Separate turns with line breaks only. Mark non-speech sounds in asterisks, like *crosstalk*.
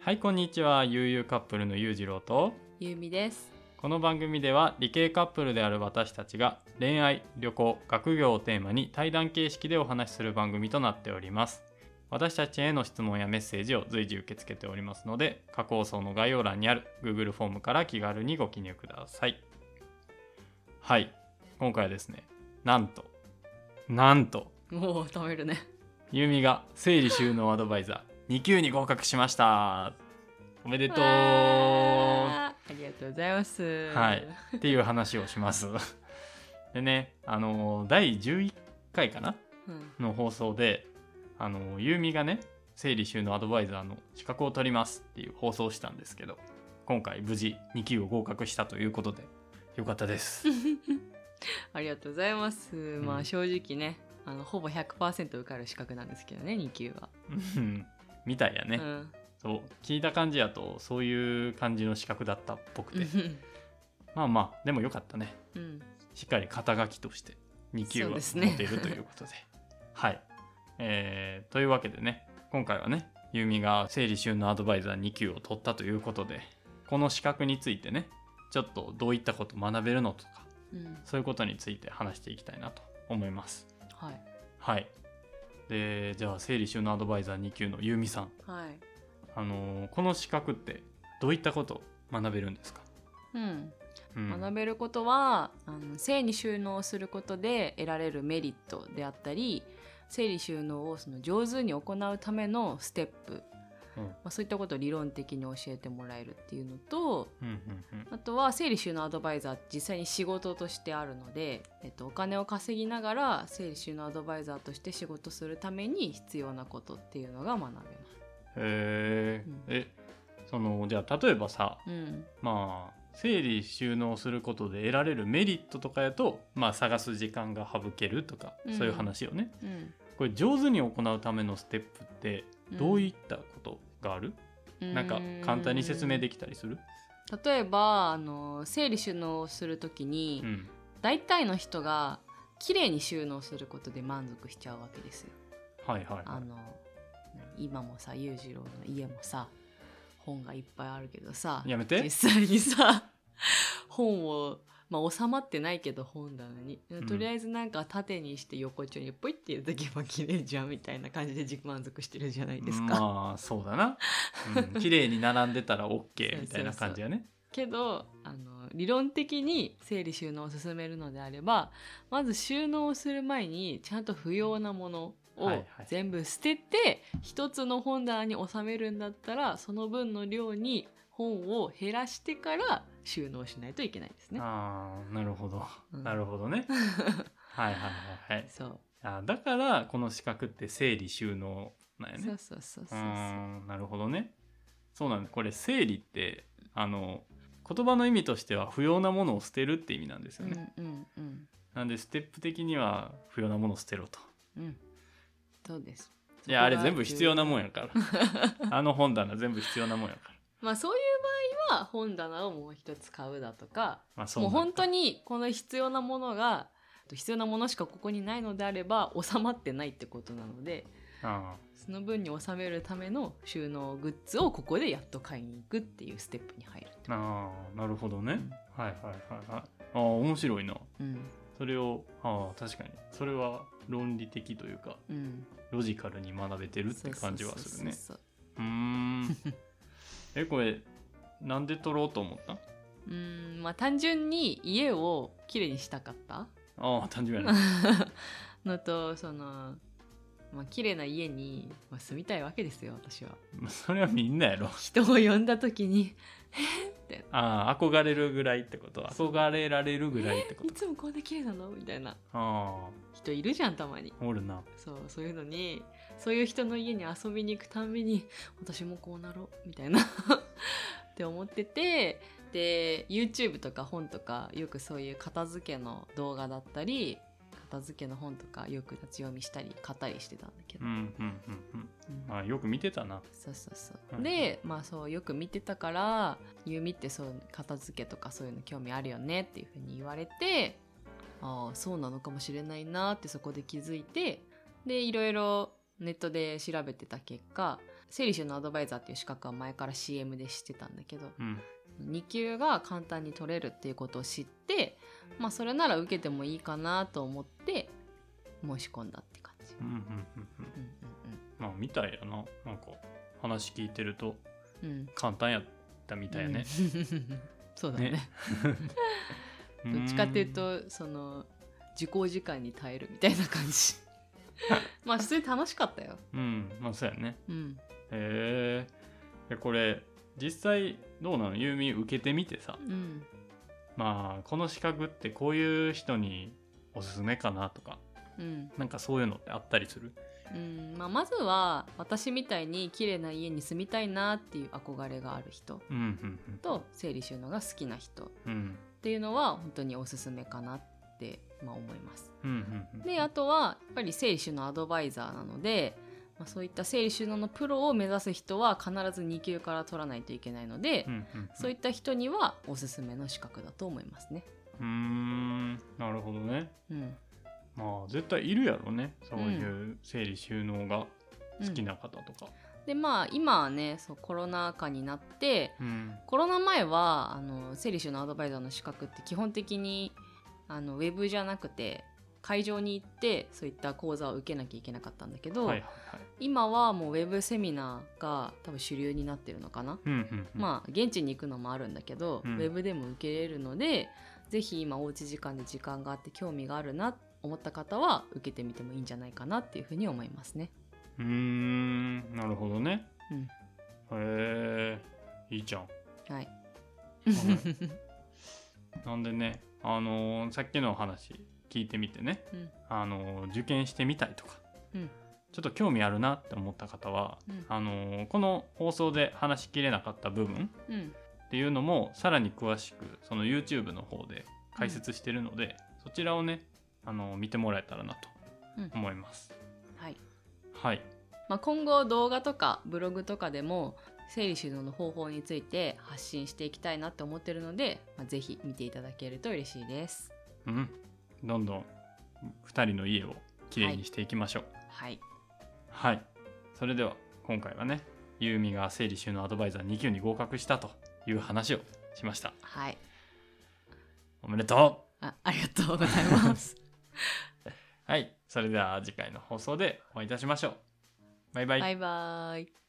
はいこんにちは悠々カップルの裕次郎と
ゆうみです。
この番組では理系カップルである私たちが恋愛旅行学業をテーマに対談形式でお話しする番組となっております私たちへの質問やメッセージを随時受け付けておりますので過去放送の概要欄にある Google フォームから気軽にご記入くださいはい今回はですねなんとなんと
もう食べる *laughs* ね。
ゆみが整理収納アドバイザー2級に合格しましたおめでとう
わーありがとうございます。
はいっていう話をします。 *laughs* でね、あの第11回かな
うん。
の放送で、あのゆうみがね、整理収納アドバイザーの資格を取りますっていう放送をしたんですけど、今回無事2級を合格したということで、よかったです。
ありがとうございます。ま
うん
あ正直ね、あのほぼ100%受かる資格なんですけどね、2級は。
うん *laughs* みたいやね、
うん。
そう。聞いた感じやと、そういう感じの資格だったっぽ
*laughs*
くて。まあまあ、でもよかったね。
うん。
しっかり肩書きとして2級
そう
は
ですね
持てるということで。 *laughs* はい、えーというわけでね今回はねユーミが整理収納アドバイザー2級を取ったということでこの資格についてねちょっとどういったこと学べるのとか
うん。
そういうことについて話していきたいなと思います。
はい。
はいでじゃあ整理収納アドバイザー2級のユーミさん、
はい。
あのーこの資格ってどういったこと学べるんですか、
うん。
うん
学べることはあの性に収納することで得られるメリットであったり生理収納をその上手に行うためのステップ、
うん
まあ、そういったことを理論的に教えてもらえるっていうのと
うんうんうん
あとは生理収納アドバイザー実際に仕事としてあるので、えっと、お金を稼ぎながら生理収納アドバイザーとして仕事するために必要なことっていうのが学べます。
へー
うん
えそのじゃあ例えばさ
うん
まあ整理収納することで得られるメリットとかやと、まあ、探す時間が省けるとか、
うん
そういう話をね
うん
これ上手に行うためのステップってどういったことがある、なんか簡単に説明で
き
きたりする、
例えばあの整理収納をするときに、
うん、
大体の人が綺麗に収納することで満足しちゃうわけですよ。
はいはい
あ
は
の今もさ裕次郎の家もさ本がいっぱいあるけどさ
いやめて
実際にさ本を、まあ、収まってないけど本棚に、
ん
とりあえずなんか縦にして横丁にポイって入れとけば綺麗じゃんみたいな感じで自己満足してるじゃない
い
ですか。
まあそうだな、
*laughs*
うん、綺麗に並んでたら OK みたいな感じやね
けどあの理論的に整理収納を進めるのであればまず収納をする前にちゃんと不要なものを
はいはい
全部捨てて、一つの本棚に収めるんだったらその分の量に本を減らしてから収納しないといけないですね。
ああなるほど、
うん
なるほど
*laughs*
ねはいはいはいはい
そう
あだからこの資格って整理収納なんやね
そうそうそうそう
う
そう。
ーんなるほどねそうなんだこれ整理ってあの言葉の意味としては不要なものを捨てるって意味なんです
う
よね、
んうんうん
なんでステップ的には不要なものを捨てろと
うん。そうです。
いやあれ全部
そこが重要
必要なもんやからあの本棚全部必要なもんやから
まあそういう場合は本棚をもう一つ買うだとか
まあそう
もう
なんだ
本当にこの必要なものが必要なものしかここにないのであれば収まってないってことなので
あ
その分に収めるための収納グッズをここでやっと買いに行くっていうステップに入る
ーあーなるほどね、はいはいはいはいあー面白いな
うん
それをあー確かにそれは論理的というか
うん
ロジカルに学べてるって感じはするね
そうそうそう
うーんえこれなんで撮ろうと思ったん
そううんまあ単純に家をきれいにしたかった
ああ、単純やな。
*laughs* のとそのまあ綺麗な家にまあ住みたいわけですよ私は
それはみんな *laughs* やろ。
人を呼んだ時
*laughs*
に
ああ、憧れるぐらいってこと。憧れられるぐらいって
「
こ
い
と。
つもこんな綺麗なの?」みたいな
*laughs* あ
人いるじゃんたまに
あ、おるな。
そうそういうのにそういう人の家に遊びに行くたんびに私もこうなろうみたいな *laughs* って思っててで YouTube とか本とかよくそういう片付けの動画だったり片付けの本とかよく立ち読みしたり買ったりしてたんだけ
う
ど、
んうんうんうん。
うん
まあ、よく見てたな。
そうそうそう、
はい
でまあそうよく見てたから「ゆみってそう片付けとかそういうの興味あるよね」っていうふうに言われてああそうなのかもしれないなってそこで気づいてでいろいろネットで調べてた結果整理収納アドバイザーっていう資格は前から CM で知ってたんだけど
うん
2級が簡単に取れるっていうことを知って、まあ、それなら受けてもいいかなと思って申し込んだって感じ。
うんうんうんうん
うん
まあみたいやななんか話聞いてると
うんうん、うん
簡単やったみたいやね、
うん。 *laughs* そうだね
ね
どっちかっていう
ーん
とその受講時間に耐えるみたいな感じ。 *laughs* まあ普通に楽しかったよ。
うんまあそうやね
うん。
へえでこれ実際どうなのユーミン受けてみてさ
うん。
まあこの資格ってこういう人におすすめかなとか
うん。
なんかそういうのってあったりする
うんまあ、まずは私みたいに綺麗な家に住みたいなっていう憧れがある人
うんうんうん
と整理収納が好きな人っ
うん
ていうのは本当におすすめかなって、まあ、思います。
うんうんうん
であとはやっぱり整理収納アドバイザーなので、まあ、そういった整理収納のプロを目指す人は必ず2級から取らないといけないので、
うんうんうん
そういった人にはおすすめの資格だと思いますね。
うーんなるほどね
うん、
まあ絶対いるやろねそういう整理収納が好き
う
な方とか
んでまあ今はねそうコロナ禍になって
うん
コロナ前はあの整理収納アドバイザーの資格って基本的にあのウェブじゃなくて会場に行ってそういった講座を受けなきゃいけなかったんだけど、
はいはいはい
今はもうウェブセミナーが多分主流になってるのかな、
うんうんうん
まあ現地に行くのもあるんだけど、
うん
ウェブでも受けれるのでぜひ今おうち時間で時間があって興味があるな思った方は受けてみてもいいんじゃないかなっていうふうに思いますね。
うーんなるほどね。
う
へ
ん
えいいじゃん。
はい、
なんでね、あのーさっきのお話聞いてみてね、
うん
あのー受験してみたいとか、
うん
ちょっと興味あるなって思った方は、
うん
あのーこの放送で話しきれなかった部分
うん
っていうのもさらに詳しくその YouTube の方で解説してるので、そちらをね、あのー見てもらえたらなと思います。
はい
はい。
まあ、今後動画とかブログとかでも整理収納の方法について発信していきたいなって思ってるので、まあ、ぜひ見ていただけると嬉しいです。
うん、どんどん2人の家をきれいにしていきましょう。
はい、
はい、それでは今回はねユーミが整理収納アドバイザー2級に合格したという話をしました。
はい、
おめでと
あありがとうございます。
*laughs* うはい、それでは次回の放送でお会いいたしましょう。バイバイ。
バイバイ。